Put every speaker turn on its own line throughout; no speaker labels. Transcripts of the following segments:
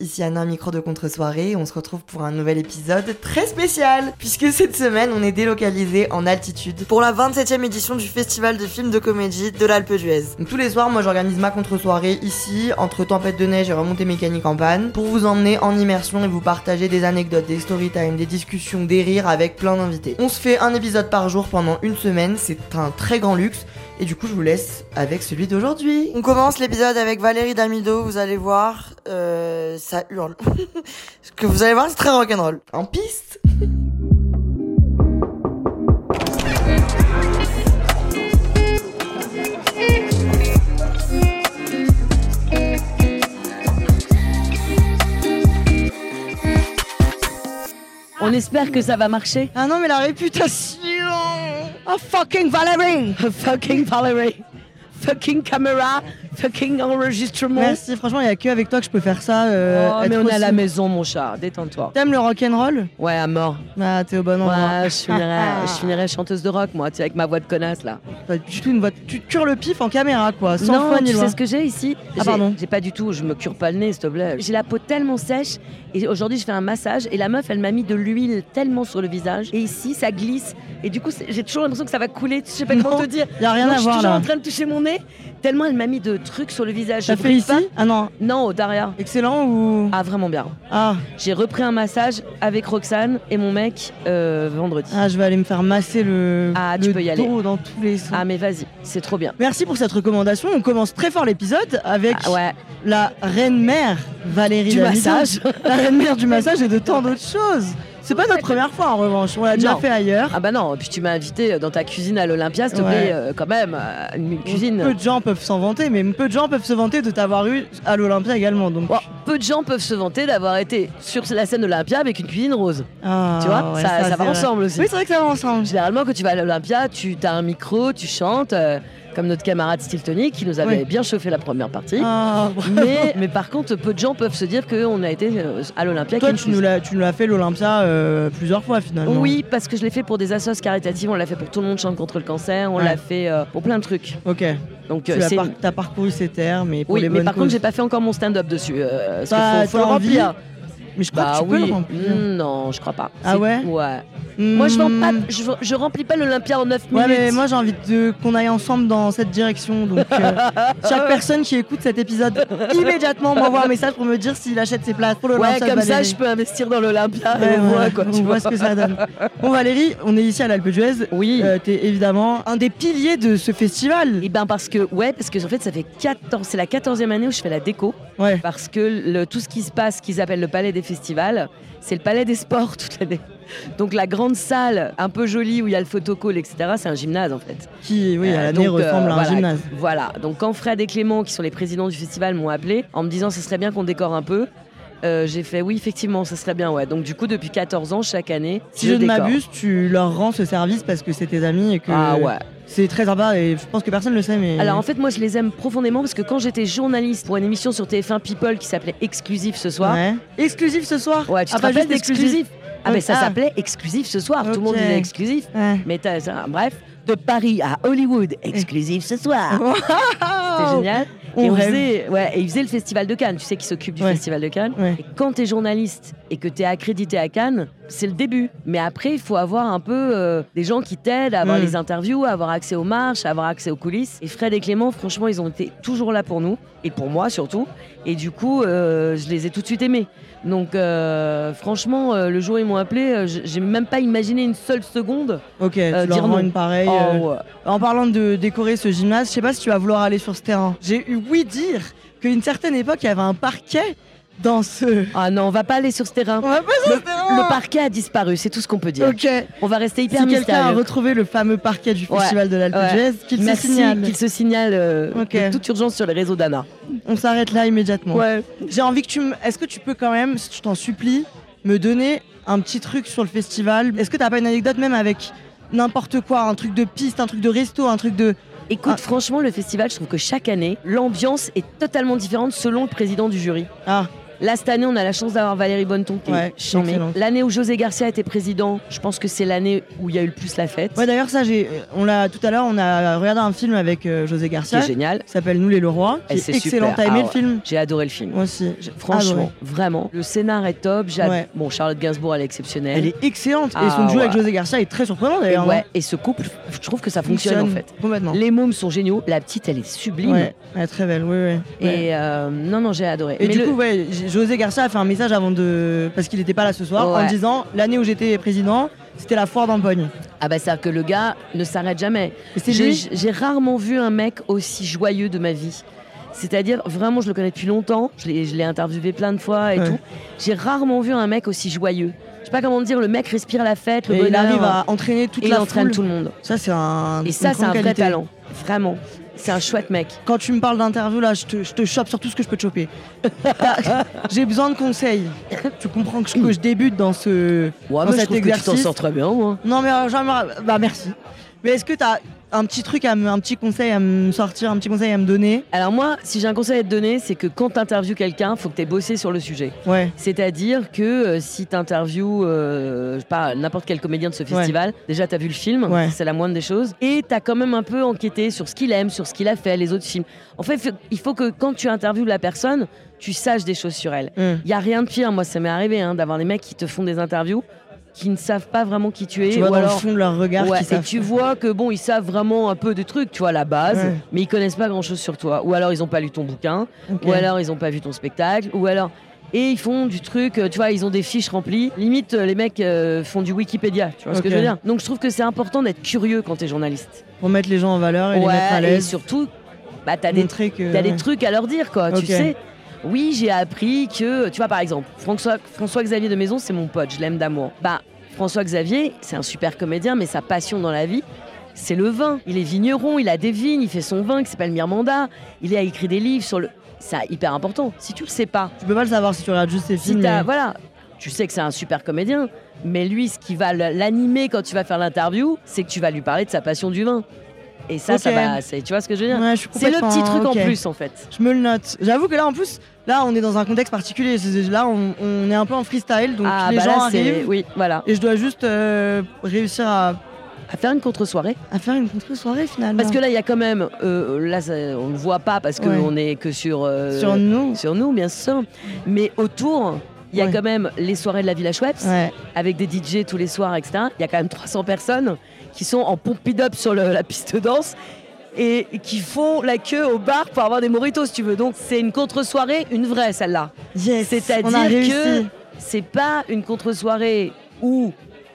Ici Anna, micro de contre-soirée, on se retrouve pour un nouvel épisode très spécial, puisque cette semaine on est délocalisé en altitude pour la 27e édition du Festival de films de comédie de l'Alpe d'Huez. Donc tous les soirs, moi j'organise ma contre-soirée ici, entre tempêtes de neige et remontées mécaniques en panne, pour vous emmener en immersion et vous partager des anecdotes, des story time, des discussions, des rires avec plein d'invités. On se fait un épisode par jour pendant une semaine, c'est un très grand luxe. Et du coup, je vous laisse avec celui d'aujourd'hui. On commence l'épisode avec Valérie Damido. Vous allez voir, euh, ça hurle. Ce que vous allez voir, c'est très rock'n'roll. En piste.
On espère que ça va marcher.
Ah non, mais la réputation.
Oh fucking Valérie Fucking Valérie Fucking caméra Fucking enregistrement
Merci. Franchement, il y a que avec toi que je peux faire ça. euh,
Oh,
être
mais on est à la
aussi-
maison, mon chat, détends-toi.
T'aimes le rock'n'roll
Ouais, à mort.
Ah, t'es au bon endroit.
Ouais, je finirais, je finirais chanteuse de rock, moi, tu sais, avec ma voix de connasse, là.
T'as du tout une voix- Tu te cures le pif en caméra, quoi. Sans
non,
foi
tu
ni loi.
sais ce que j'ai ici
Ah,
J'ai-
pardon.
J'ai pas du tout, je me cure pas le nez, s'il te plaît. J'ai la peau tellement sèche, et aujourd'hui, je fais un massage, et la meuf, elle m'a mis de l'huile tellement sur le visage, et ici, ça glisse, et du coup, c'est- j'ai toujours l'impression que ça va couler, je sais pas comment
Non.
te dire.
Y a rien
Non,
à
je suis
voir
toujours
là.
en train de toucher mon nez, tellement elle m'a mis de trucs sur le visage.
T'as
Je
fait
brille
ici
pas.
Ah non.
Non, au Daria.
Excellent ou
Ah, vraiment bien.
ah.
J'ai repris un massage avec Roxane et mon mec euh, vendredi.
ah, je vais aller me faire masser le,
Ah, tu
le
peux y
dos
aller.
dans tous les sens.
Ah, mais vas-y, c'est trop bien.
Merci pour cette recommandation. On commence très fort l'épisode avec
Ah, ouais,
la reine mère Valérie
du
Damido.
massage.
La reine mère du massage et de tant d'autres choses. C'est pas notre première fois en revanche. On l'a déjà
Non.
fait ailleurs.
Ah bah non, puis tu m'as invité dans ta cuisine à l'Olympia, s'il te
Ouais.
plaît, euh, quand même, euh, une cuisine.
Peu de gens peuvent s'en vanter, mais peu de gens peuvent se vanter de t'avoir eu à l'Olympia également. Donc,
Bon, peu de gens peuvent se vanter d'avoir été sur la scène de l'Olympia avec une cuisine rose.
Ah,
tu vois,
ouais,
ça, ça
c'est
va
vrai.
ensemble aussi.
Oui, c'est vrai que ça va ensemble.
Généralement, quand tu vas à l'Olympia, tu as un micro, tu chantes, euh, comme notre camarade Stiltonic qui nous avait
Oui.
bien chauffé la première partie.
Ah, bravo.
Mais, mais par contre, peu de gens peuvent se dire qu'on a été euh, à l'Olympia.
Toi,
avec
tu
une
nous l'as, tu nous l'as fait l'Olympia euh, plusieurs fois finalement.
Oui, parce que je l'ai fait pour des assos caritatives, on l'a fait pour tout le monde chante contre le cancer, on
Ouais.
l'a fait euh, pour plein de trucs.
Ok.
Donc
Tu
euh,
as
c'est
par- t'as parcouru ces terres, mais pour
oui,
les
mais
bonnes
par contre,
causes.
j'ai pas fait encore mon stand-up dessus. euh, parce
Bah,
qu'il faut, faut
t'as
le
envie
remplir.
Mais je crois
Bah
que tu peux
oui.
le remplir.
Mm, non, je crois pas.
Ah
C'est-
ouais
Ouais. Moi, je, vends
Hmm.
pas, je, je remplis pas l'Olympia en 9
Ouais,
minutes.
mais moi j'ai envie de, qu'on aille ensemble dans cette direction. Donc, euh, chaque personne qui écoute cet épisode immédiatement m'envoie un message pour me dire s'il achète ses places pour le
Ouais,
Lancel
comme ça,
Valérie.
je peux investir dans l'Olympia.
Ouais,
et on voit,
voilà,
quoi,
on
tu
voit
vois.
ce que ça donne. Bon, Valérie, on est ici à l'Alpe d'Huez.
Oui.
Euh, T'es évidemment un des piliers de ce festival.
Et ben parce que, ouais, parce que en fait, ça fait 14, c'est la 14e année où je fais la déco.
Ouais.
Parce que le- tout ce qui se passe, qu'ils appellent le palais des festivals, c'est le palais des sports toute l'année. Donc la grande salle, un peu jolie, où il y a le photocall, etc., c'est un gymnase en fait.
Qui, oui,
Euh,
à l'année
donc, euh,
ressemble à un
voilà,
gymnase.
Voilà. Donc quand Fred et Clément, qui sont les présidents du festival, m'ont appelé en me disant ce serait bien qu'on décore un peu. euh, j'ai fait oui effectivement ça serait bien ouais donc du coup depuis 14 ans chaque année
Si je, ne
décore.
m'abuse, tu leur rends ce service parce que c'est tes amis et que
ah ouais
c'est très sympa et je pense que personne ne le sait. Mais
alors en fait moi je les aime profondément parce que quand j'étais journaliste pour une émission sur TF1 People qui s'appelait Exclusif ce soir
Ouais. exclusif ce soir.
Ouais, tu te
Ah, pas
rappelles
juste
d'exclusif Ah, mais ça
Ah.
s'appelait exclusif ce soir. Tout le monde
Ok.
disait exclusif.
Ouais.
Mais t'as ça, bref, de Paris à Hollywood, exclusif ce soir.
Oh.
C'était génial.
On
et, on
rêve.
faisait, ouais, et ils faisaient le Festival de Cannes. Tu sais qui s'occupe du
Ouais.
Festival de Cannes.
Ouais.
Et quand t'es journaliste et que t'es accrédité à Cannes, c'est le début. Mais après, il faut avoir un peu euh, des gens qui t'aident à avoir
Mm.
les interviews, à avoir accès aux marches, à avoir accès aux coulisses. Et Fred et Clément, franchement, ils ont été toujours là pour nous et pour moi surtout. Et du coup, euh, je les ai tout de suite aimés. Donc, euh, franchement, euh, le jour où ils m'ont appelé, euh, j- j'ai même pas imaginé une seule seconde.
Ok, tu leur
dire
rends
non.
une pareille. euh,
Oh, ouais.
En parlant de décorer ce gymnase, je sais pas si tu vas vouloir aller sur ce terrain. J'ai eu oui dire qu'à une certaine époque, il y avait un parquet dans ce.
Ah non, on va pas aller sur ce terrain.
On va pas sur ce terrain. hein.
Le parquet a disparu, c'est tout ce qu'on peut dire.
Ok.
On va rester hyper
Si quelqu'un a
mystérieux.
retrouvé le fameux parquet du
Ouais.
Festival de l'Alpe
Ouais.
d'Huez, qu'il se
Merci
signale.
qu'il se signale euh,
Ok.
de toute urgence sur les réseaux d'Anna.
On s'arrête là immédiatement.
Ouais.
J'ai envie que tu me. Est-ce que tu peux quand même, si je t'en supplie, me donner un petit truc sur le festival Est-ce que t'as pas une anecdote même avec n'importe quoi Un truc de piste, un truc de resto, un truc de.
Écoute,
Ah.
franchement, le festival, je trouve que chaque année, l'ambiance est totalement différente selon le président du jury.
Ah,
Là, cette année, on a la chance d'avoir Valérie Bonneton qui
Ouais,
est chambée.
excellente.
L'année où José Garcia était président, je pense que c'est l'année où il y a eu le plus la fête.
ouais, d'ailleurs, ça, j'ai. euh, On l'a. Tout à l'heure, on a regardé un film avec euh, José
c'est
Garcia. qui
génial.
s'appelle Nous les Leroy. Qui
Et
est
c'est
excellent.
super.
T'as aimé
Ah
le
ouais.
film
J'ai adoré le film.
Moi aussi. j'ai
Franchement,
adoré.
vraiment. Le scénar est top. J'ai ad-
Ouais.
Bon, Charlotte Gainsbourg, elle est exceptionnelle.
Elle est excellente. et
Ah,
son duo
ouais.
avec José Garcia est très surprenant
Et,
d'ailleurs.
ouais,
hein.
et ce couple, je trouve que ça fonctionne, en fait.
Complètement.
Les mômes sont géniaux. La petite, elle est sublime.
Ouais, elle est très belle, oui, oui. Ouais.
Et euh, non, non, j'ai adoré.
Et
Mais
du
le-
coup, ouais, J- José Garcia a fait un message avant de. parce qu'il n'était pas là ce soir, en
Ouais.
disant l'année où j'étais président, c'était la foire d'Empogne.
ah bah, c'est-à-dire que le gars ne s'arrête jamais.
Et c'est
J'ai-
lui.
J'ai rarement vu un mec aussi joyeux de ma vie. C'est-à-dire, vraiment, je le connais depuis longtemps, je l'ai je l'ai interviewé plein de fois et
Ouais.
tout. J'ai rarement vu un mec aussi joyeux. Je sais pas comment dire, le mec respire la fête, le
Et il
bonheur,
arrive à entraîner toute
et il
la
entraîne
foule.
tout le monde.
Ça, c'est un.
Et ça,
une
c'est un
grande
vrai
qualité.
talent. Vraiment. C'est un chouette mec.
Quand tu me parles d'interview, là, je te, je te chope sur tout ce que je peux te choper. Ah, J'ai besoin de conseils. tu comprends que je, que je débute dans ce.
Ouais,
dans
mais je
cet
trouve que tu t'en
exercice.
sors très bien, moi.
Non, mais euh, j'aimerais- Bah, merci. Mais est-ce que t'as un petit truc, à me- un petit conseil à me sortir, un petit conseil à me donner
Alors moi, si j'ai un conseil à te donner, c'est que quand t'interviews quelqu'un, faut que t'aies bossé sur le sujet.
Ouais.
C'est-à-dire que euh, si t'interviews, euh, je sais pas, n'importe quel comédien de ce festival, déjà t'as vu le film,
Ouais.
c'est la moindre des choses, et t'as quand même un peu enquêté sur ce qu'il aime, sur ce qu'il a fait, les autres films. En fait, faut- il faut que quand tu interviews la personne, tu saches des choses sur elle.
Hum.
Il y a rien de pire, moi ça m'est arrivé hein, d'avoir des mecs qui te font des interviews qui ne savent pas vraiment qui tu es,
Tu vois
ou
dans
alors
le fond de leur regard
Ouais,
qu'ils
et
savent-
tu vois que bon, ils savent vraiment un peu de trucs, tu vois, à la base,
Ouais.
mais ils connaissent pas grand chose sur toi. Ou alors ils ont pas lu ton bouquin,
Ok.
ou alors ils ont pas vu ton spectacle, ou alors. Et ils font du truc, euh, tu vois, ils ont des fiches remplies. Limite, euh, les mecs euh, font du Wikipédia, tu vois ce que
Ok.
je veux dire. Donc je trouve que c'est important d'être curieux quand t'es journaliste.
Pour mettre les gens en valeur et les mettre à
et
l'aise.
surtout, bah, t'as des,
montrer que.
t'as des
ouais.
trucs à leur dire, quoi,
Ok.
tu sais. Oui, j'ai appris que, tu vois, par exemple, François, François-Xavier de Maison, c'est mon pote, je l'aime d'amour. Bah, François-Xavier, c'est un super comédien, mais sa passion dans la vie, c'est le vin. Il est vigneron, il a des vignes, il fait son vin qui s'appelle Mirmanda, il a écrit des livres sur le. C'est hyper important. Si tu le sais pas,
Tu peux pas le savoir si tu regardes juste ces
si
films.
t'as.
mais-
Voilà, tu sais que c'est un super comédien, mais lui, ce qui va le- l'animer quand tu vas faire l'interview, c'est que tu vas lui parler de sa passion du vin. Et ça, ça
Ok.
va. c'est- Tu vois ce que je veux dire
Ouais, je suis
C'est le
complètement-
petit truc
ok.
en plus, en fait.
Je me le note. J'avoue que là, en plus, là, on est dans un contexte particulier. C'est- Là, on, on est un peu en freestyle, donc les
bah
gens
là, c'est-
arrivent.
Oui, voilà.
Et je dois juste euh, réussir à,
À faire une contre-soirée.
à faire une contre-soirée finalement.
Parce que là, il y a quand même. euh, là, ça- on ne voit pas parce
Ouais.
qu'on est que sur, euh,
sur nous.
sur nous, bien sûr. Mais autour. Il y a
Ouais.
quand même les soirées de la Villa Schweppes,
Ouais.
avec des DJ tous les soirs, etc. Il y a quand même 300 personnes qui sont en pompidop sur le- la piste de danse et qui font la queue au bar pour avoir des moritos, si tu veux. Donc c'est une contre-soirée, une vraie celle-là.
Yes.
C'est-à-dire
On a réussi.
que c'est pas une contre-soirée où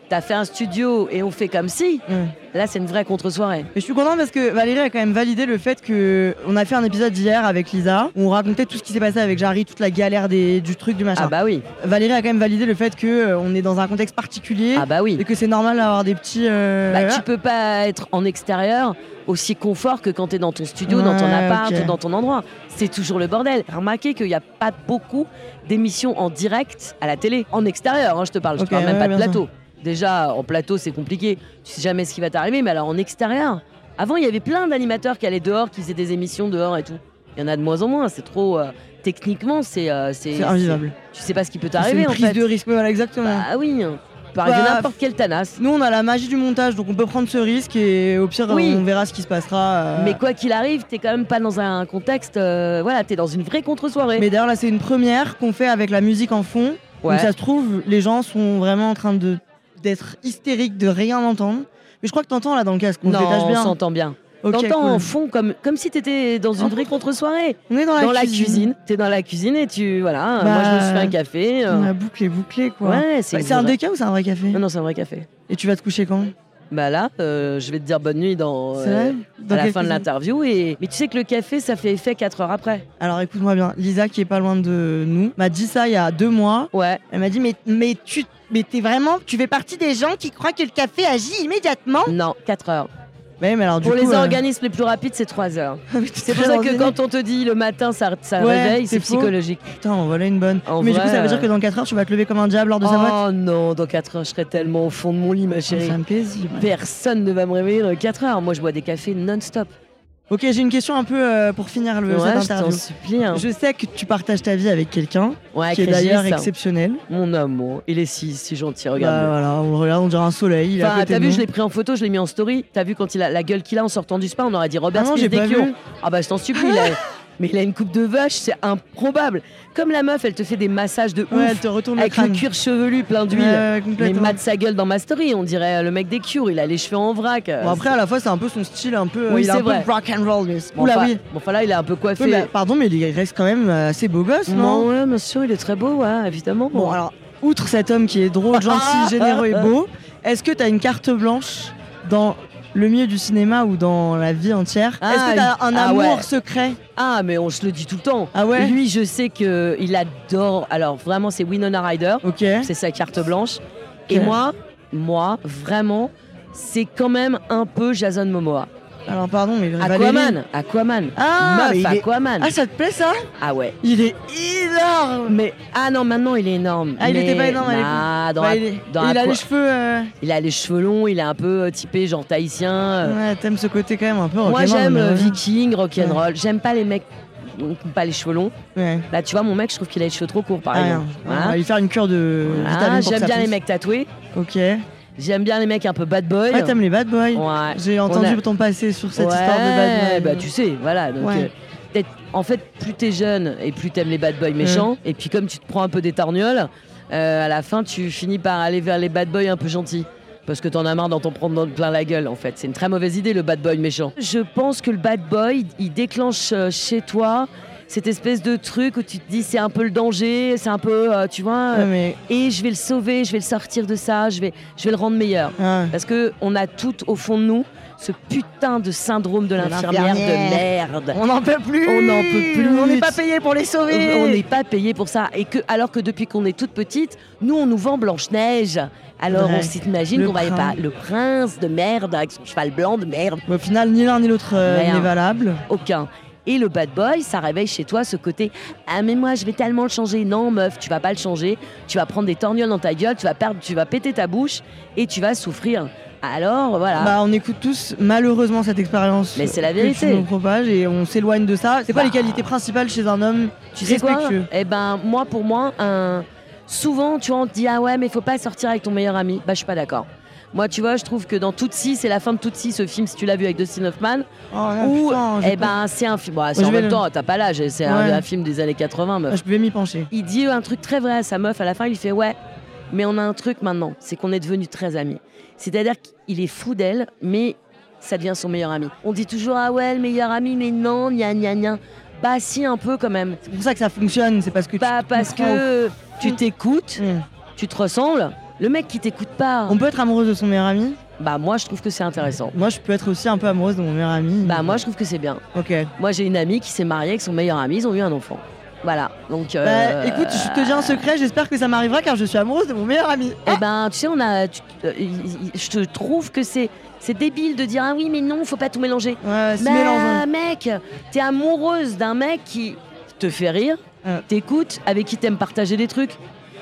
t'as fait un studio et on fait comme si.
Ouais.
Là, c'est une vraie contre-soirée.
Mais je suis contente parce que Valérie a quand même validé le fait que on a fait un épisode hier avec Lisa où on racontait tout ce qui s'est passé avec Jarry, toute la galère des, du truc, du machin.
Ah bah oui,
Valérie a quand même validé le fait que euh, on est dans un contexte particulier
ah bah
et
oui.
que c'est normal d'avoir des petits. euh,
Bah, tu peux pas être en extérieur aussi confort que quand t'es dans ton studio, dans ton
Ouais,
appart,
ok.
dans ton endroit. C'est toujours le bordel. Remarquez qu'il n'y a pas beaucoup d'émissions en direct à la télé, en extérieur. hein, je te parle, je
Ok,
te parle même
ouais,
pas de
bien
plateau. Déjà, en plateau, c'est compliqué. Tu sais jamais ce qui va t'arriver, mais alors en extérieur. Avant, il y avait plein d'animateurs qui allaient dehors, qui faisaient des émissions dehors et tout. Il y en a de moins en moins. C'est trop. euh, techniquement, c'est. euh,
C'est invivable.
c'est- Tu sais pas ce qui peut
C'est
t'arriver
une
en
prise
fait.
de risque, ouais, voilà, exactement.
Bah oui. Par arriver
Hum. Bah,
n'importe quelle tanasse.
Nous, on a la magie du montage, donc on peut prendre ce risque et au pire,
Oui.
on verra ce qui se passera. euh.
Mais quoi qu'il arrive, t'es quand même pas dans un contexte. euh, voilà, t'es dans une vraie contre-soirée.
Mais d'ailleurs, là, c'est une première qu'on fait avec la musique en fond.
Ouais.
Donc, ça se trouve, les gens sont vraiment en train de d'être hystériques, de rien entendre. Mais je crois que t'entends là dans le casque, on se
non,
détache
on
bien.
s'entend bien.
Ok,
T'entends
cool.
en fond comme, comme si t'étais dans une vraie contre-soirée.
On est dans la
Dans la
cuisine.
cuisine. T'es dans la cuisine et tu. Voilà, euh,
Bah,
moi je me suis fait un café. euh,
On a bouclé, bouclé quoi.
ouais, c'est
Ouais,
une
c'est un
vraie-
déca ou c'est un vrai café
Non, non, c'est un vrai café.
Et tu vas te coucher quand
Bah là, euh, je vais te dire bonne nuit dans,
C'est
euh,
vrai Dans
à la
quelle
fin de
cuisine
l'interview. Et... Mais tu sais que le café, ça fait effet 4 heures après.
Alors écoute-moi bien, Lisa qui est pas loin de nous m'a dit ça il y a deux mois.
Ouais.
Elle m'a dit mais mais tu mais t'es vraiment tu fais partie des gens qui croient que le café agit immédiatement.
Non, 4 heures.
Mais, mais alors du
Pour
coup,
les
euh,
organismes les plus rapides, c'est 3 heures.
mais t'es
C'est pour
très
ça que
ordinaire.
quand on te dit le matin, ça, ça
Ouais,
réveille, c'est
c'est faux.
psychologique.
putain en voilà une bonne.
En
mais du
vrai,
coup ça veut
euh,
dire que dans 4 heures tu vas te lever comme un diable hors de sa boîte.
Oh non, dans 4 heures, je serai tellement au fond de mon lit, ma
Ça
chérie.
me paisible.
Personne ne va me réveiller dans 4 heures. Moi, je bois des cafés non-stop.
Ok j'ai une question un peu euh, pour finir le
Ouais,
cette
je t'en
interview.
supplie. hein.
Je sais que tu partages ta vie avec quelqu'un
Ouais,
qui est
Chris
d'ailleurs
Gilles,
exceptionnel.
Mon amour, il est si, si gentil,
Bah,
regarde.
voilà, on le regarde, on dirait un soleil. Il est à côté
t'as
de
vu,
nous.
je l'ai pris en photo, je l'ai mis en story. T'as vu quand il a la gueule qu'il a en sortant du spa, on aurait dit Robert
Ah non,
Smith
j'ai pas
des Clions.
vu.
Ah bah je t'en supplie, il a- mais il a une coupe de vache, c'est improbable. Comme la meuf, elle te fait des massages de
Ouais, elle
ouf
te retourne le
avec
crâne.
le cuir chevelu plein d'huile.
Ouais, ouais,
mais
complètement.
mate sa gueule dans ma story, on dirait le mec des cures, il a les cheveux en vrac.
Bon, après, à la fois, c'est un peu son style, un peu.
euh, Oui,
il est
c'est
un
vrai.
peu rock and roll. Mais...
Bon,
Oula,
enfin-
oui.
bon, enfin, là, il est un peu coiffé.
Oui, mais pardon, mais il reste quand même euh, assez beau gosse, non
Non, ouais, bien sûr, il est très beau, ouais, évidemment.
Bon, alors, outre cet homme qui est drôle, gentil, généreux et beau, est-ce que t'as une carte blanche dans le milieu du cinéma ou dans la vie entière
Ah,
Est-ce que t'as un
ah
amour
ouais.
secret
Ah, mais on se le dit tout le temps.
Ah ouais
Lui, je sais que il adore. Alors vraiment, c'est Winona Ryder.
Ok.
C'est sa carte blanche. Et
Ok.
moi, moi, vraiment, c'est quand même un peu Jason Momoa.
Alors, pardon, mais. Euh, Valérie-
Aquaman, Aquaman.
Ah, mais
Meuf,
il est-
Aquaman.
Ah, ça te plaît ça
Ah ouais.
Il est énorme
Mais ah non, maintenant il est énorme.
Ah, il
Mais-
était pas énorme à l'époque.
Nah, dans
Bah,
Aqu-
il, est-
dans
il a
Aqua-
les cheveux. euh,
il a les cheveux longs, il est un peu euh, typé genre tahitien. euh.
Ouais, t'aimes ce côté quand même un peu
Moi,
rock'n'roll,
j'aime
mais
euh,
ouais.
Viking, rock'n'roll. J'aime pas les mecs qui ont pas les cheveux longs.
Ouais.
Là, tu vois, mon mec, je trouve qu'il a les cheveux trop courts, par
Ah,
exemple.
rien.
Voilà.
On va lui faire une cure de
Voilà,
vitamine euh, pour que
J'aime
ça
bien les
pousse.
mecs tatoués.
Ok. Ouais,
J'aime bien les mecs un peu bad boy.
t'aimes les bad boys.
Ouais.
J'ai
On
entendu
a-
ton passé sur cette
Ouais,
histoire de bad boy.
Bah, tu sais, voilà. Donc,
Ouais.
euh, peut-être- en fait, plus t'es jeune et plus t'aimes les bad boys méchants, et puis comme tu te prends un peu des torgnoles, euh, à la fin, tu finis par aller vers les bad boys un peu gentils. Parce que t'en as marre d'en t'en prendre dans- plein la gueule, en fait. C'est une très mauvaise idée, le bad boy méchant. Je pense que le bad boy, il déclenche euh, chez toi cette espèce de truc où tu te dis c'est un peu le danger, c'est un peu, euh, tu vois,
Ouais, mais...
et je vais le sauver, je vais le sortir de ça, je vais, je vais le rendre meilleur.
ah.
Parce que on a toutes au fond de nous ce putain de syndrome de l'infirmière de
l'infirmière.
merde.
On n'en peut plus
On n'en peut plus.
On n'est pas payé pour les sauver
On n'est pas payé pour ça. Et que, alors que depuis qu'on est toute petite, nous on nous vend Blanche-Neige. Alors
Ouais.
on s'imagine
Le
qu'on va aller pas.
prince.
Le prince de merde avec son cheval blanc de merde.
Bon, Au final, ni l'un ni l'autre euh,
Rien.
n'est valable.
Aucun. Et le bad boy, ça réveille chez toi ce côté Ah, mais moi, je vais tellement le changer. Non, meuf, tu vas pas le changer. Tu vas prendre des torgnoles dans ta gueule, tu vas perdre, tu vas péter ta bouche et tu vas souffrir. Alors, voilà.
Bah, on écoute tous malheureusement cette expérience.
Mais c'est la
que
vérité.
tu nous propages et on s'éloigne de ça. C'est pas
Bah.
les qualités principales chez un homme
tu sais quoi
respectueux.
Eh ben, moi, pour moi, un... souvent, tu vois, on te dit Ah ouais, mais faut pas sortir avec ton meilleur ami. Bah, je suis pas d'accord. Moi, tu vois, je trouve que dans Tootsie, c'est la fin de Tootsie, ce film, si tu l'as vu avec Dustin Hoffman,
Oh, là,
où,
putain, je
eh
peux-
ben, c'est un film. Bon, c'est
je
en
vais
même
le-
temps, t'as pas l'âge, c'est un,
Ouais.
un film des années 80, meuf.
Je pouvais m'y pencher.
Il dit un truc très vrai à sa meuf à la fin, il fait ouais, mais on a un truc maintenant, c'est qu'on est devenus très amis. C'est-à-dire qu'il est fou d'elle, mais ça devient son meilleur ami. On dit toujours ah ouais, le meilleur ami, mais non, gna gna gna. Bah si, un peu quand même.
C'est pour ça que ça fonctionne, c'est parce que tu
Bah
te
parce
comprends au
que tu t'écoutes,
fond.
tu te ressembles. Le mec qui t'écoute pas,
On peut être amoureuse de son meilleur ami
bah moi je trouve que c'est intéressant.
Moi, je peux être aussi un peu amoureuse de mon meilleur ami.
Bah moi je trouve que c'est bien.
Ok.
Moi j'ai une amie qui s'est mariée avec son meilleur ami, ils ont eu un enfant. Voilà, donc... euh,
Bah, écoute, je te dis un secret, j'espère que ça m'arrivera car je suis amoureuse de mon meilleur ami.
Eh ben, tu sais, on a. tu- euh, il- il- je te trouve que c'est c'est débile de dire ah oui, mais non, faut pas tout mélanger.
Ouais, hein. c'est
Bah,
mélangeant.
mec, t'es amoureuse d'un mec qui te fait rire,
Ouais.
t'écoute, avec qui t'aimes partager des trucs.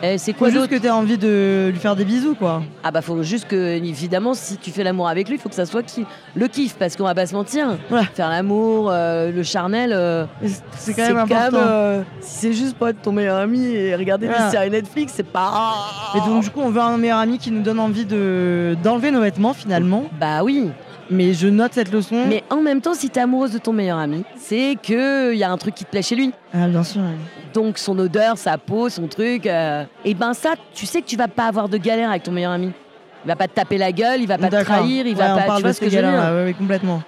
Eh, c'est
Faut
quoi
juste
d'autre
que t'aies envie de lui faire des bisous, quoi.
Ah bah faut juste que évidemment si tu fais l'amour avec lui, faut que ça soit qui le kiff parce qu'on va pas se mentir.
Ouais.
Faire l'amour, euh, le charnel, euh,
C'est quand même important.
euh, si c'est juste pas être ton meilleur ami et regarder
Ouais.
des séries Netflix, c'est pas.
Et donc, du coup, on veut un meilleur ami qui nous donne envie de d'enlever nos vêtements finalement.
bah oui.
Mais je note cette leçon.
Mais en même temps, si t'es amoureuse de ton meilleur ami, c'est que y a un truc qui te plaît chez lui.
Ah, bien sûr. ouais.
Donc son odeur, sa peau, son truc. euh, Et ben ça, tu sais que tu vas pas avoir de galère avec ton meilleur ami. Il va pas te taper la gueule, il va pas te
D'accord.
trahir, il
Ouais,
va
on
pas.
parle
Tu vois
de
ce
ces
que je veux
gars-là,
dire
ouais, ouais, complètement.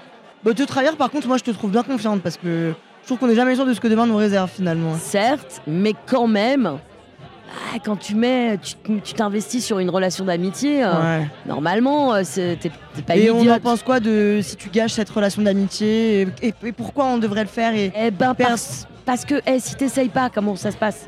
Bah, te trahir, par contre, moi, je te trouve bien confiante parce que je trouve qu'on est jamais sûr de ce que demain nous réserve finalement.
Certes, mais quand même, ah, quand tu mets, tu tu t'investis sur une relation d'amitié, euh,
Ouais.
normalement, euh, c'est- t'es t'es pas
Et
une
on en
idiote.
pense quoi de si tu gâches cette relation d'amitié et, et- et pourquoi on devrait le faire et
Eh ben,
Pers-
parce, parce que eh, si t'essayes pas, comment ça se passe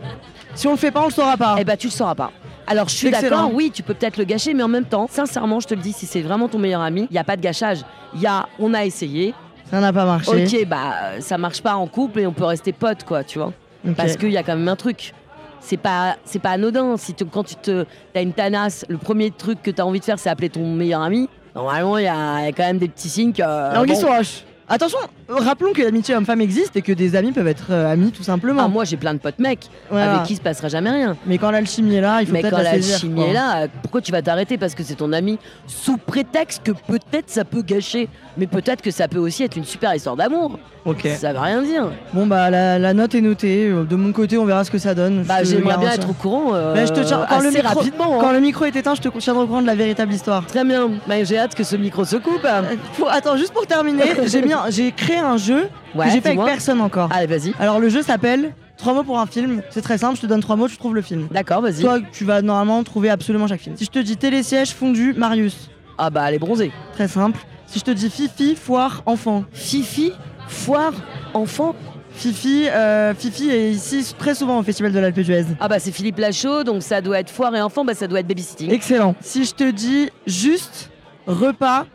si on le fait pas, on le saura pas.
Eh ben, tu le sauras pas. Alors, je suis
Ah. Excellent.
d'accord, oui, tu peux peut-être le gâcher, mais en même temps, sincèrement, je te le dis, si c'est vraiment ton meilleur ami, il n'y a pas de gâchage. Il y a, on a essayé,
Ça n'a pas marché.
ben, ok, bah, euh, ça marche pas en couple et on peut rester potes, quoi, tu vois.
Ok.
Parce qu'il y a quand même un truc. C'est pas, c'est pas anodin. Si tu- quand tu te, as une tanasse, le premier truc que tu as envie de faire, c'est appeler ton meilleur ami. Normalement, il y, a il y a quand même des petits signes que. euh,
Langue
bon.
sous roche. Attention, rappelons que l'amitié homme-femme existe et que des amis peuvent être euh, amis tout simplement.
Ah, moi, j'ai plein de potes mecs
Ouais,
avec
ouais.
qui se passera jamais rien.
Mais quand l'alchimie est là, il faut
Mais
peut-être la
quand la
saisir.
chimie
quoi.
est là, euh, pourquoi tu vas t'arrêter Parce que c'est ton ami, sous prétexte que peut-être ça peut gâcher. Mais peut-être que ça peut aussi être une super histoire d'amour.
Ok.
Ça veut rien dire.
Bon bah la, la note est notée. Euh, De mon côté, on verra ce que ça donne.
Bah,
Je te
J'aimerais bien
garantis.
être au courant euh,
Mais je te tiens- quand le
assez
micro-
rapidement. hein.
Quand le micro est éteint, je te tiendrai au courant de la véritable histoire.
Très bien, Bah, j'ai hâte que ce micro se coupe.
Euh, pour- attends, juste pour terminer, j'ai bien, j'ai créé un jeu que
Ouais,
j'ai fait avec
dis-moi. Ah.
personne encore.
Allez, vas-y.
Alors le jeu s'appelle Trois mots pour un film. C'est très simple, je te donne trois mots, tu trouves le film.
D'accord, vas-y.
Toi, tu vas normalement trouver absolument chaque film. Si je te dis télésiège, fondu, Marius,
Ah bah, elle est bronzée.
très simple. Si je te dis Fifi, foire, enfant.
Fifi, foire, enfant.
Fifi, euh, Fifi est ici très souvent au Festival de l'Alpe d'Huez.
Ah bah, c'est Philippe Lachaud, donc ça doit être foire et enfant, bah ça doit être babysitting.
Excellent. Si je te dis juste repas,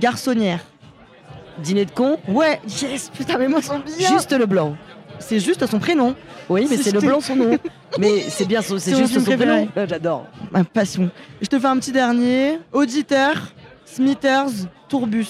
garçonnière.
Dîner de con,
Ouais, yes, putain, mes mots sont bien.
juste le blanc.
c'est juste son prénom.
Oui, mais
Si
c'est
je
le
te-
blanc son nom. mais c'est bien, son- c'est
C'est mon
juste
film
son
préféré.
prénom. Ah, J'adore.
Ma passion. Je te fais un petit dernier. Auditeur, Smithers, Tourbus.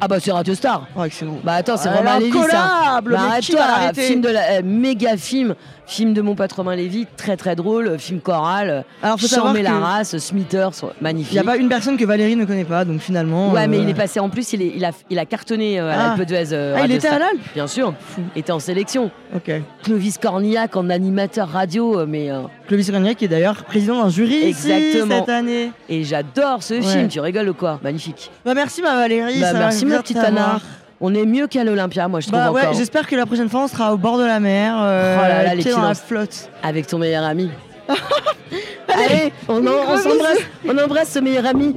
Ah bah, c'est Radio Star.
Oh, excellent.
Bah attends, c'est
Ah,
Romain Lévy, ça.
incollable,
Bah,
mais qui va
arrête-toi,
l'arrêter
film de la, euh, méga film, film de mon pote Romain Lévy, très très drôle, euh, film choral,
Alors, faut savoir
Charmé la
qu'il
race, Smithers, ouais, magnifique.
n'y a pas une personne que Valérie ne connaît pas, donc finalement.
Ouais, mais
euh,
il est passé en plus, il, est- il a, il a cartonné euh, à
Ah.
l'Alpe d'Huez. euh,
Ah, il
Radio
était à
Star.
l'Alpe
Bien sûr, il était en sélection.
Ok.
Clovis Cornillac en animateur radio, euh, mais euh,
Clovis Cornillac qui est d'ailleurs président d'un jury ici,
Exactement.
cette année.
et j'adore ce
Ouais.
film. Tu rigoles ou quoi Magnifique.
Bah, merci, ma Valérie. ça
Bah,
m'a fait
merci, ma
plaisir de
petite
t'avoir.
Anna. On est mieux qu'à l'Olympia, moi je trouve
Bah, ouais,
encore.
j'espère que la prochaine fois, on sera au bord de la mer. euh,
Oh là là, les
pieds dans la
finances.
flotte.
Avec ton meilleur ami. Allez, on, en- on s'embrasse, on embrasse ce meilleur ami.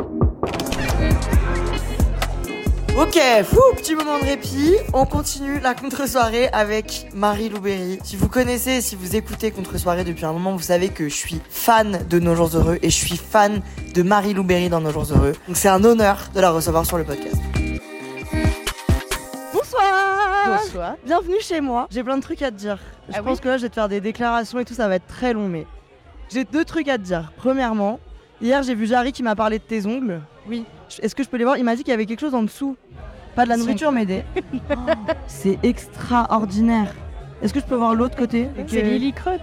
Ok, fou, petit moment de répit. On continue la contre-soirée avec Marie Louberry. Si vous connaissez, et si vous écoutez contre-soirée depuis un moment, vous savez que je suis fan de Nos Jours Heureux et je suis fan de Marie Louberry dans Nos Jours Heureux. Donc c'est un honneur de la recevoir sur le podcast.
Bonsoir. Ah Bienvenue chez moi. J'ai plein de trucs à te dire. Je pense que là, je vais te faire des déclarations et tout, ça va être très long, mais j'ai deux trucs à te dire. Premièrement, hier, j'ai vu Jarry qui m'a parlé de tes ongles. Oui. Est-ce que je peux les voir Il m'a dit qu'il y avait quelque chose en dessous. Pas de la nourriture, mais des. Oh, c'est extraordinaire. Est-ce que je peux voir l'autre côté
Ah, C'est
Que-
Lily Crux.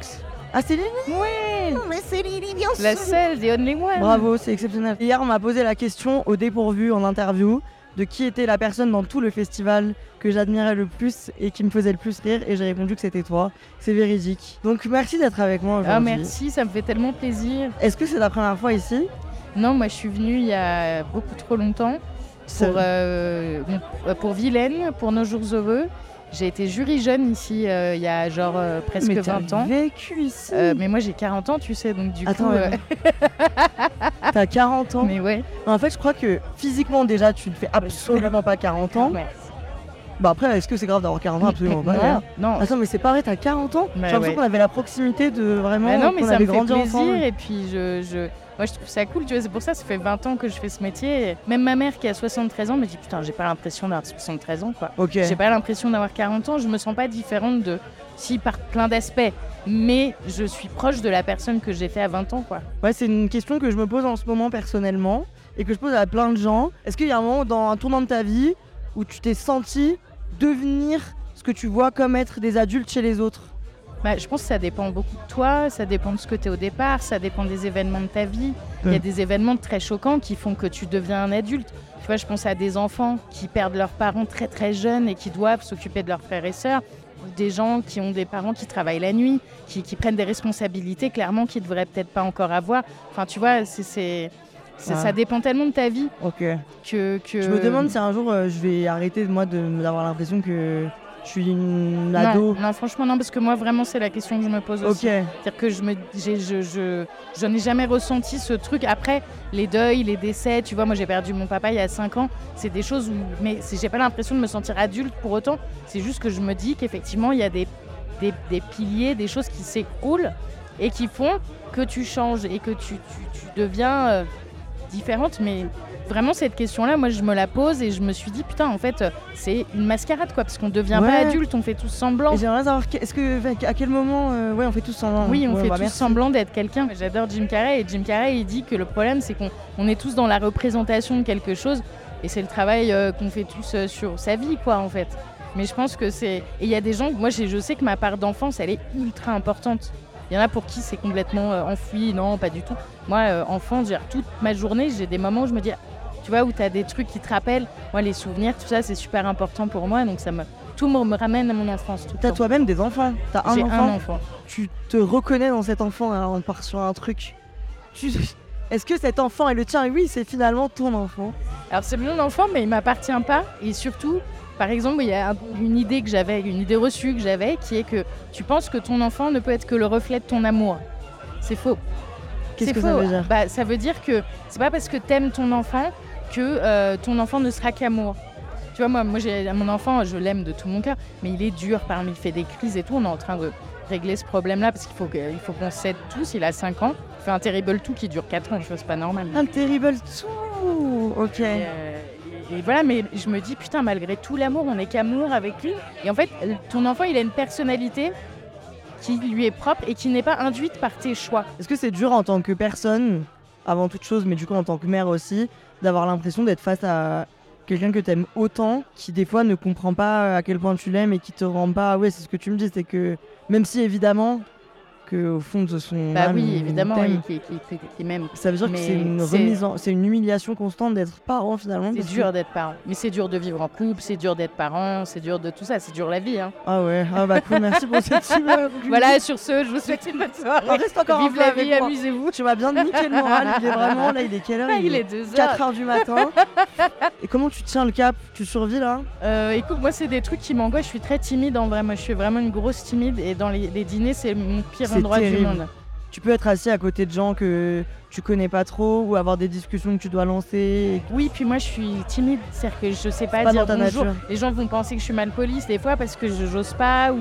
Ah, c'est Lily
Ouais
Mais c'est Lily, bien
La seule, the only one
Bravo, c'est exceptionnel. Hier, on m'a posé la question au dépourvu en interview de qui était la personne dans tout le festival que j'admirais le plus et qui me faisait le plus rire et j'ai répondu que c'était toi. C'est véridique. Donc merci d'être avec moi aujourd'hui.
Ah merci, ça me fait tellement plaisir.
Est-ce que c'est la première fois ici
Non, moi je suis venue il y a beaucoup trop longtemps pour, euh, mon- pour Vilaine, pour Nos Jours Heureux. J'ai été jury jeune ici euh, il y a genre euh, presque
Mais t'as
20 ans.
vécu ici.
Euh, mais moi j'ai 40 ans, tu sais, donc du
Attends,
coup. euh,
ouais. t'as 40 ans.
ah. mais ouais.
En fait, je crois que physiquement déjà, tu ne fais absolument pas 40 ans.
Ouais.
Bah après, est-ce que c'est grave d'avoir 40 ans Absolument pas. d'ailleurs.
Non, non.
Attends, mais c'est pas vrai, t'as 40 ans J'ai
Mais
l'impression
ouais.
qu'on avait la proximité de vraiment.
Bah non, mais
qu'on
ça
avait
me fait
grandi
plaisir
ensemble.
et puis je, je- moi je trouve ça cool, tu vois, c'est pour ça, ça fait 20 ans que je fais ce métier. Et Même ma mère qui a 73 ans me dit putain, j'ai pas l'impression d'avoir 73 ans quoi.
Ok.
J'ai pas l'impression d'avoir 40 ans, je me sens pas différente de si par plein d'aspects, mais je suis proche de la personne que j'étais à 20 ans quoi.
Ouais, c'est une question que je me pose en ce moment personnellement et que je pose à plein de gens. Est-ce qu'il y a un moment dans un tournant de ta vie où tu t'es senti devenir ce que tu vois comme être des adultes chez les autres
Bah, je pense que ça dépend beaucoup de toi, ça dépend de ce que tu es au départ, ça dépend des événements de ta vie. Il y
Ouais.
a des événements très choquants qui font que tu deviens un adulte. Tu vois, je pense à des enfants qui perdent leurs parents très très jeunes et qui doivent s'occuper de leurs frères et sœurs. Ou Des gens qui ont des parents qui travaillent la nuit, qui, qui prennent des responsabilités clairement qu'ils ne devraient peut-être pas encore avoir. Enfin, tu vois, c'est, c'est, c'est-
Ouais.
ça dépend tellement de ta vie
Ok.
que... que...
Je me demande si un jour euh, je vais arrêter moi de- d'avoir l'impression que Je suis une
non,
ado.
non, franchement, non, parce que moi, vraiment, c'est la question que je me pose
Ok.
aussi. C'est-à-dire que je me, j'ai- je, je, j'en ai jamais ressenti ce truc. Après, les deuils, les décès, tu vois, moi, j'ai perdu mon papa il y a 5 ans. C'est des choses où, mais c'est- j'ai pas l'impression de me sentir adulte pour autant. C'est juste que je me dis qu'effectivement, il y a des, des, des piliers, des choses qui s'écroulent et qui font que tu changes et que tu, tu, tu deviens euh, différente. Mais vraiment, cette question-là, moi, je me la pose et je me suis dit, putain, en fait, euh, c'est une mascarade, quoi, parce qu'on devient pas
Ouais.
adulte, on fait tous semblant.
Et J'aimerais savoir, que- est-ce que, à quel moment, euh, ouais, on fait tous semblant.
Oui, on
Ouais,
fait
bah,
tous
merci.
semblant d'être quelqu'un. J'adore Jim Carrey et Jim Carrey, il dit que le problème, c'est qu'on on est tous dans la représentation de quelque chose et c'est le travail euh, qu'on fait tous euh, sur sa vie, quoi, en fait. Mais je pense que c'est. Et il y a des gens, moi, j'ai- je sais que ma part d'enfance, elle est ultra importante. Il y en a pour qui c'est complètement euh, enfoui, non, pas du tout. Moi, euh, enfant, je veux dire, toute ma journée, j'ai des moments où je me dis, tu vois, où tu as des trucs qui te rappellent. Moi, les souvenirs, tout ça, c'est super important pour moi, donc ça me. Tout me me ramène à mon enfance. Tout le
T'as
temps.
toi-même des enfants. T'as un
J'ai
enfant.
un enfant.
Tu te reconnais dans cet enfant alors on part sur un truc. Tu- Est-ce que cet enfant est le tien Et Oui, c'est finalement ton enfant.
Alors c'est mon enfant, mais il m'appartient pas. Et surtout, par exemple, il y a un- une idée que j'avais, une idée reçue que j'avais, qui est que tu penses que ton enfant ne peut être que le reflet de ton amour. C'est faux.
Qu'est-ce
C'est
que
faux.
ça veut dire
Bah, ça veut dire que c'est pas parce que t'aimes ton enfant que euh, ton enfant ne sera qu'amour. Tu vois, moi, moi j'ai mon enfant, je l'aime de tout mon cœur, mais il est dur parmi, il fait des crises et tout. On est en train de régler ce problème-là parce qu'il faut que- il faut qu'on s'aide tous. Il a 5 ans, il fait un terrible tout qui dure 4 ans, je pense pas normal.
Un terrible tout. Ok.
Et, euh, et voilà, mais je me dis, putain, malgré tout l'amour, on n'est qu'amour avec lui. Et en fait, ton enfant, il a une personnalité qui lui est propre et qui n'est pas induite par tes choix.
Est-ce que c'est dur en tant que personne, avant toute chose, mais du coup en tant que mère aussi, d'avoir l'impression d'être face à quelqu'un que t'aimes autant, qui des fois ne comprend pas à quel point tu l'aimes et qui te rend pas. Ouais, c'est ce que tu me dis, c'est que même si évidemment que au fond de son
Bah
âme,
oui,
il
évidemment,
t'aime,
oui, qui, qui, qui- qui m'aime.
Ça veut dire que
Mais
c'est une
c'est-
remise en- c'est une humiliation constante d'être parent finalement.
C'est
parce que-
dur d'être parent. Mais c'est dur de vivre en couple, c'est dur d'être parent, c'est dur de tout ça, c'est dur la vie. hein.
Ah ouais, ah bah cool, merci pour cette humeur.
Voilà, sur ce, je vous souhaite une bonne soirée.
on reste encore un
Vive
peu
la
avec
vie,
moi.
amusez-vous.
Tu m'as bien niqué le moral, il est vraiment là, il est quelle heure
Ah, il est deux heures.
4h du matin. Et comment tu tiens le cap Tu survis là
Euh, écoute, moi, c'est des trucs qui m'angoissent. Je suis très timide en vrai. Moi, je suis vraiment une grosse timide. Et dans les, les dîners, c'est mon pire
C'est
endroit
terrible.
du monde.
Tu peux être assis à côté de gens que tu connais pas trop ou avoir des discussions que tu dois lancer.
Oui, puis moi je suis timide, c'est-à-dire que je sais pas,
pas
dire
dans ta
bonjour.
nature.
Les gens vont penser que je suis mal police des fois parce que je j'ose pas ou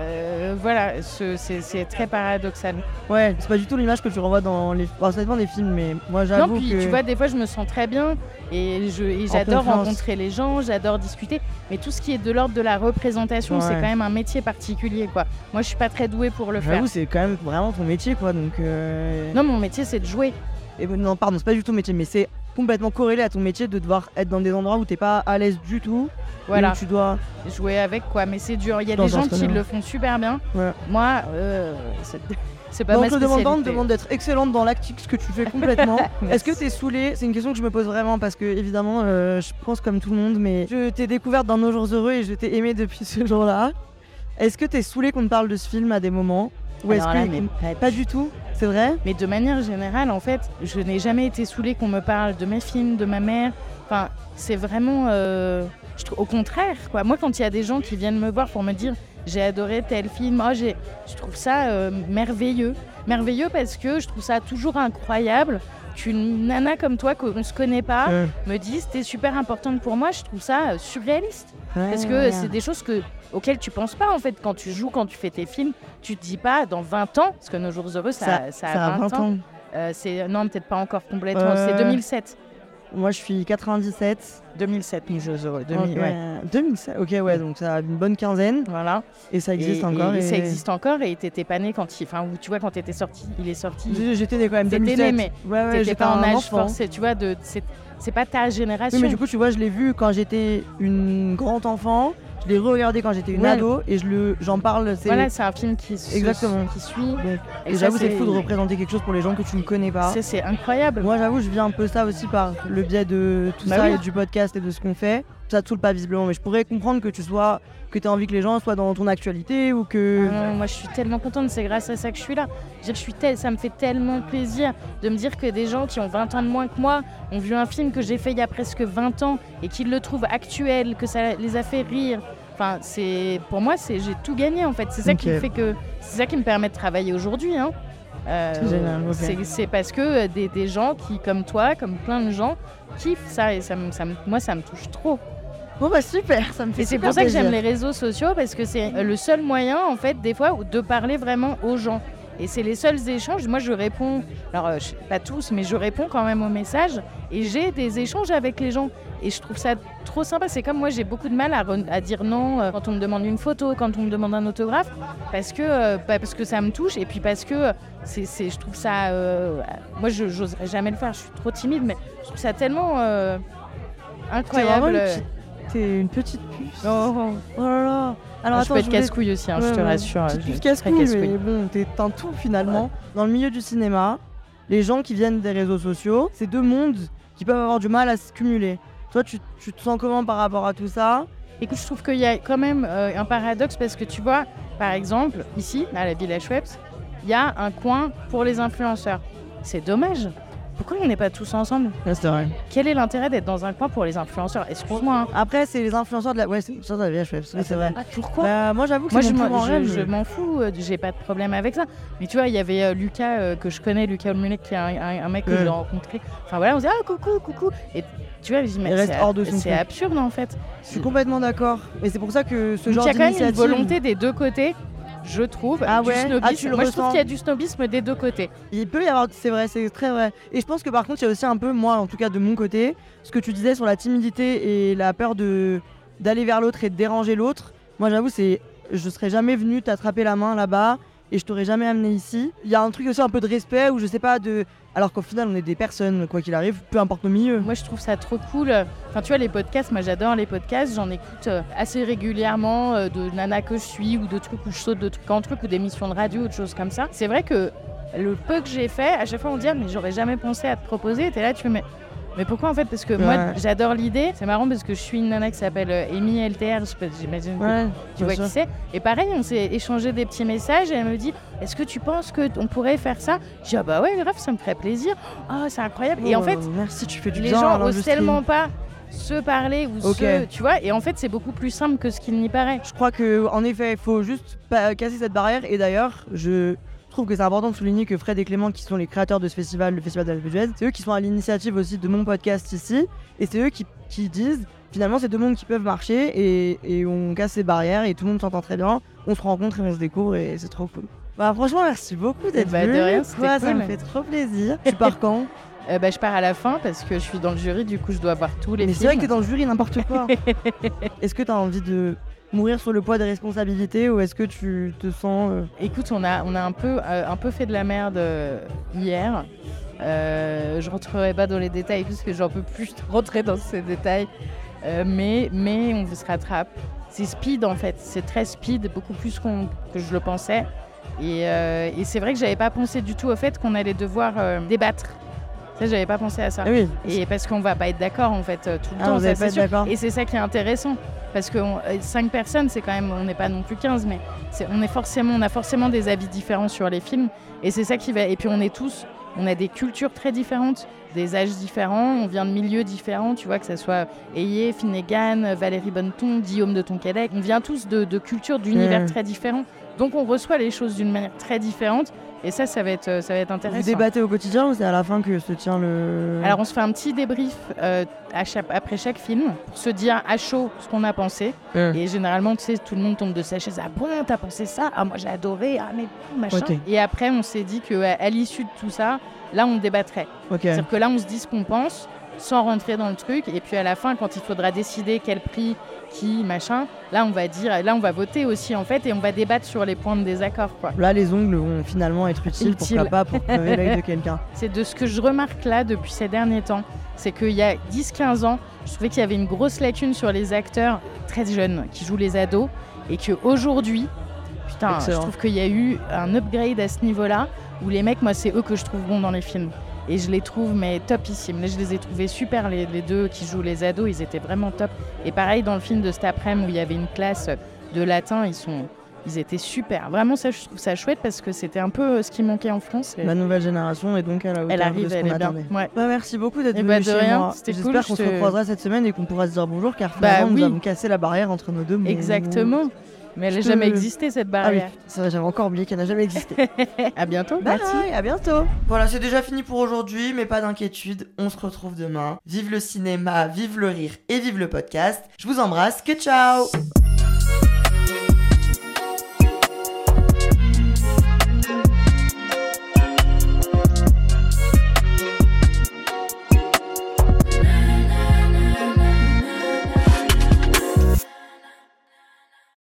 euh, voilà, ce- c'est c'est très paradoxal.
Ouais, c'est pas du tout l'image que tu renvoies dans les. Enfin, ça dépend des films, mais moi
Non,
j'avoue
puis
que.
tu vois, des fois je me sens très bien et je- et
En
j'adore
confiance.
rencontrer les gens, j'adore discuter, mais tout ce qui est de l'ordre de la représentation, c'est
Ouais.
quand même un métier particulier quoi. Moi je suis pas très douée pour le faire.
J'avoue, c'est quand même vraiment ton métier quoi, donc. euh,
Non, mon métier c'est de jouer.
Et bon, non, pardon, c'est pas du tout ton métier, mais c'est complètement corrélé à ton métier de devoir être dans des endroits où t'es pas à l'aise du tout. et
Voilà.
où tu dois.
jouer avec quoi, mais c'est dur. Il y a
Dans
des
un
gens qui
scénario.
le font super bien.
Ouais.
Moi, euh, c'est- c'est pas
Donc
Bah, ma
le
spécialité.
demandant te demande d'être excellente dans l'actique, ce que tu fais complètement. Est-ce que t'es saoulée C'est une question que je me pose vraiment parce que évidemment, euh, je pense comme tout le monde, mais je t'ai découverte dans Nos jours heureux et je t'ai aimée depuis ce jour-là. Est-ce que t'es saoulée qu'on te parle de ce film à des moments Ou est-ce
Alors là,
que
mais pas
pas du tout C'est vrai
Mais de manière générale, en fait, je n'ai jamais été saoulée qu'on me parle de mes films, de ma mère. Enfin, c'est vraiment. euh, je trouve- au contraire, quoi. Moi, quand il y a des gens qui viennent me voir pour me dire j'ai adoré tel film, oh, j'ai- je trouve ça euh, merveilleux. Merveilleux parce que je trouve ça toujours incroyable qu'une nana comme toi, qu'on ne se connaît pas,
Ouais.
me dise t'es super importante pour moi. Je trouve ça euh, surréaliste. Parce que c'est des choses que, auxquelles tu penses pas en fait quand tu joues, quand tu fais tes films. Tu te dis pas dans 20 ans, parce que Nos Jours Heureux, ça, ça, a 20 ans. Euh, c'est non, peut-être pas encore complètement.
Euh,
C'est 2007.
Moi, je suis 97.
2007, Nos Jours Heureux. 2000,
Ok,
ouais.
2007. Ok, ouais, donc ça a une bonne quinzaine
Voilà.
et ça existe
Et-
encore.
et- et ça
et-
existe encore et t'étais pas né quand il. Enfin, ou tu vois, quand t'étais sorti, il est sorti.
J- J'étais né quand même
T'étais né,
2007.
mais
ouais, ouais,
t'étais
j'étais
pas en
un
âge
enfant.
forcé, tu vois. De, c'est, c'est pas ta génération.
Oui, mais du coup, tu vois, je l'ai vu quand j'étais une grande enfant, je l'ai regardé quand j'étais une
Ouais.
ado, et je le, j'en parle. C'est,
voilà, c'est un film qui, se-
Exactement.
qui suit.
Donc,
Et
et
ça,
j'avoue, c'est
c'est-
fou de représenter quelque chose pour les gens que tu ne connais pas.
C'est, c'est incroyable.
Moi, j'avoue, je vis un peu ça aussi par le biais de tout
Bah
ça
oui.
et du podcast et de ce qu'on fait. Ça te saoule pas visiblement, mais je pourrais comprendre que tu sois, que t'aies envie que les gens soient dans ton actualité ou que.
Ah non, moi, je suis tellement contente. C'est grâce à ça que je suis là. Je veux dire, je suis tel- ça me fait tellement plaisir de me dire que des gens qui ont 20 ans de moins que moi ont vu un film que j'ai fait il y a presque 20 ans et qu'ils le trouvent actuel, que ça les a fait rire, Enfin, c'est pour moi, c'est j'ai tout gagné en fait. C'est ça
Ok.
qui fait que c'est ça qui me permet de travailler aujourd'hui. hein. Euh,
C'est génial, ok.
c'est- C'est parce que euh, des, des gens qui, comme toi, comme plein de gens, kiffent ça et ça me- ça me- moi, ça me touche trop.
Bon bah super, ça me fait
Et c'est
super
pour ça que
plaisir.
j'aime les réseaux sociaux parce que c'est euh, le seul moyen, en fait, des fois, de parler vraiment aux gens. Et c'est les seuls échanges. Moi, je réponds, alors euh, je- pas tous, mais je réponds quand même aux messages et j'ai des échanges avec les gens. Et je trouve ça trop sympa. C'est comme moi, j'ai beaucoup de mal à, re- à dire non euh, quand on me demande une photo, quand on me demande un autographe, parce que, euh, bah, parce que ça me touche et puis parce que c'est, c'est- je trouve ça. euh, moi, je n'oserais jamais le faire, je suis trop timide, mais je trouve ça tellement euh,
T'es vraiment
incroyable.
une petite, t'es une petite puce.
Oh, oh.
Oh là là. Alors
Ah,
attends,
je peux
je
être
voulais-
casse-couille aussi, hein,
Ouais,
je te
ouais.
rassure.
Petite
je
puce
suis très
casse-couille,
casse-couille.
mais bon, t'es un tout finalement. Dans le milieu du cinéma, les gens qui viennent des réseaux sociaux, c'est deux mondes qui peuvent avoir du mal à se cumuler. Toi, tu, tu te sens comment par rapport à tout ça
Écoute, je trouve qu'il y a quand même euh, un paradoxe parce que tu vois, par exemple, ici, à la Villa Schweppes, il y a un coin pour les influenceurs. C'est dommage. Pourquoi on n'est pas tous ensemble
c'est vrai.
Quel est l'intérêt d'être dans un coin pour les influenceurs Excuse-moi. hein.
Après, c'est les influenceurs de la. Ouais, c'est les influenceurs de la VHF, oui, c'est vrai.
Ah, pourquoi
Bah, moi, j'avoue que
Moi,
c'est
je
mon
m'en-
plus grand
je-
rêve.
je m'en fous, euh, j'ai pas de problème avec ça. Mais tu vois, il y avait euh, Lucas, euh, que je connais, Lucas Olmulek, qui est un, un- un mec que
Ouais.
j'ai rencontré. Enfin voilà, on se dit, ah, coucou, coucou. Et tu vois, je dis, mais
reste
c'est
hors de son
c'est
truc.
absurde en fait.
Je suis complètement d'accord. Mais c'est pour ça que ce
Donc,
genre
il y a quand même une
d'initiative-
volonté des deux côtés, je trouve.
Ah
du
ouais Ah,
snobisme.
tu le
Moi, je trouve
ressens
qu'il y a du snobisme des deux côtés.
Il peut y avoir, c'est vrai, c'est très vrai. Et je pense que par contre, il y a aussi un peu, moi en tout cas de mon côté, ce que tu disais sur la timidité et la peur de d'aller vers l'autre et de déranger l'autre. Moi j'avoue, c'est, je serais jamais venu t'attraper la main là-bas et je t'aurais jamais amené ici. Il y a un truc aussi un peu de respect ou je sais pas de, alors qu'au final on est des personnes quoi qu'il arrive, peu importe nos milieux.
Moi, je trouve ça trop cool. Enfin, tu vois, les podcasts, moi, j'adore les podcasts. J'en écoute euh, assez régulièrement euh, de nanas que je suis ou de trucs où je saute de truc en truc ou d'émissions de radio ou de choses comme ça. C'est vrai que le peu que j'ai fait, à chaque fois, on me dit, Ah, mais j'aurais jamais pensé à te proposer. Et t'es là, tu fais, mais. Mais pourquoi en fait Parce que
Ouais.
moi j'adore l'idée. C'est marrant parce que je suis une nana qui s'appelle euh, Amy LTR. Je sais pas, J'imagine que
Ouais,
tu vois qui c'est. Et pareil, on s'est échangé des petits messages et elle me dit Est-ce que tu penses qu'on pourrait faire ça Je dis Ah bah ouais, grave, ça me ferait plaisir. Ah, c'est incroyable. et en fait,
Oh, merci, tu fais du
les
bien. à
gens osent
l'industrie.
tellement pas se parler ou
Ok.
se. Tu vois, et en fait, c'est beaucoup plus simple que ce qu'il n'y paraît.
Je crois que en effet, il faut juste pas casser cette barrière. Et d'ailleurs, je trouve que c'est important de souligner que Fred et Clément, qui sont les créateurs de ce festival, le festival de la Budget, c'est eux qui sont à l'initiative aussi de mon podcast ici. Et c'est eux qui, qui disent finalement, c'est deux mondes qui peuvent marcher et, et on casse ces barrières et tout le monde s'entend très bien. On se rencontre et on se découvre et c'est trop cool. Bah franchement, merci beaucoup d'être
bah, de
venu.
rien, c'était
Quoi, Ça
cool.
me fait trop plaisir. Tu pars quand
Euh, bah, je pars à la fin parce que je suis dans le jury, du coup, je dois voir tous les
Mais c'est
films.
vrai que t'es dans le jury, n'importe quoi. est-ce que t'as envie de mourir sur le poids des responsabilités ou est-ce que tu te sens euh,
Écoute, on a, on a un, peu, euh, un peu fait de la merde euh, hier. Euh, je rentrerai pas dans les détails puisque j'en peux plus rentrer dans ces détails. Euh, mais, mais on se rattrape. C'est speed en fait, c'est très speed, beaucoup plus qu'on- que je le pensais. Et, euh, et c'est vrai que j'avais pas pensé du tout au fait qu'on allait devoir euh, débattre. Ça, j'avais pas pensé à ça.
Ah oui.
Et parce qu'on va pas être d'accord en fait euh, tout le
Ah,
temps,
vous
ça,
allez
c'est
pas être
sûr.
d'accord.
Et c'est ça qui est intéressant parce que 5 personnes, c'est quand même, on n'est pas non plus 15, mais c'est- on est forcément, on a forcément des avis différents sur les films. Et c'est ça qui va. Et puis on est tous, on a des cultures très différentes, des âges différents, on vient de milieux différents. Tu vois que ça soit Ayé, Finnegan, Valérie Bonneton, Guillaume de Tonquédec, on vient tous de, de cultures, d'univers
Mm.
très différents. Donc on reçoit les choses d'une manière très différente. Et ça, ça va être, euh, ça va être
Vous
intéressant.
débattez au quotidien ou c'est à la fin que se tient le.
Alors on se fait un petit débrief euh, à chaque- après chaque film pour se dire à chaud ce qu'on a pensé.
Euh.
Et généralement, tu sais, tout le monde tombe de sa chaise. Ah bon, t'as pensé ça Ah moi j'ai adoré. Ah mais bon, machin.
Ok.
Et après, on s'est dit que à, à l'issue de tout ça, là, on débattrait.
Ok.
C'est-à-dire que là, on se dit ce qu'on pense sans rentrer dans le truc. Et puis à la fin, quand il faudra décider quel prix, qui, machin, là, on va dire, là, on va voter aussi en fait, et on va débattre sur les points de désaccord, quoi.
Là, les ongles vont finalement être utiles, pourquoi
Utiles.
pas, pour crever l'œil de quelqu'un.
C'est de ce que je remarque là depuis ces derniers temps, c'est qu'il y a 10-15 ans, je trouvais qu'il y avait une grosse lacune sur les acteurs très jeunes qui jouent les ados et qu'aujourd'hui, putain,
Excellent.
je trouve qu'il y a eu un upgrade à ce niveau-là où les mecs, moi, c'est eux que je trouve bons dans les films. Et je les trouve mais topissimes. Là, je les ai trouvés super, les, les deux qui jouent les ados, ils étaient vraiment top. Et pareil dans le film de cet après-midi où il y avait une classe de latin, ils sont Ils étaient super. Vraiment, ça, je trouve ça chouette parce que c'était un peu euh, ce qui manquait en France. Et
La nouvelle génération est donc à la hauteur
elle
de
arrive,
ce
elle
qu'on
est bien.
attendait.
Ouais.
Bah, merci beaucoup d'être
Eh
venu
bah, de
chez
rien,
moi.
c'était cool,
J'espère qu'on
je
se
te-
recroisera cette semaine et qu'on pourra se dire bonjour car
Bah
finalement nous
oui.
avons cassé la barrière entre nos deux mondes.
Exactement. Mais elle n'a
Mmh. Je te-
jamais existé, cette
Ah oui,
barrière.
c'est vrai, j'avais encore oublié qu'elle n'a jamais existé.
À bientôt.
Bye,
Merci.
à bientôt. Voilà, c'est déjà fini pour aujourd'hui, mais pas d'inquiétude, on se retrouve demain. Vive le cinéma, vive le rire et vive le podcast. Je vous embrasse, que ciao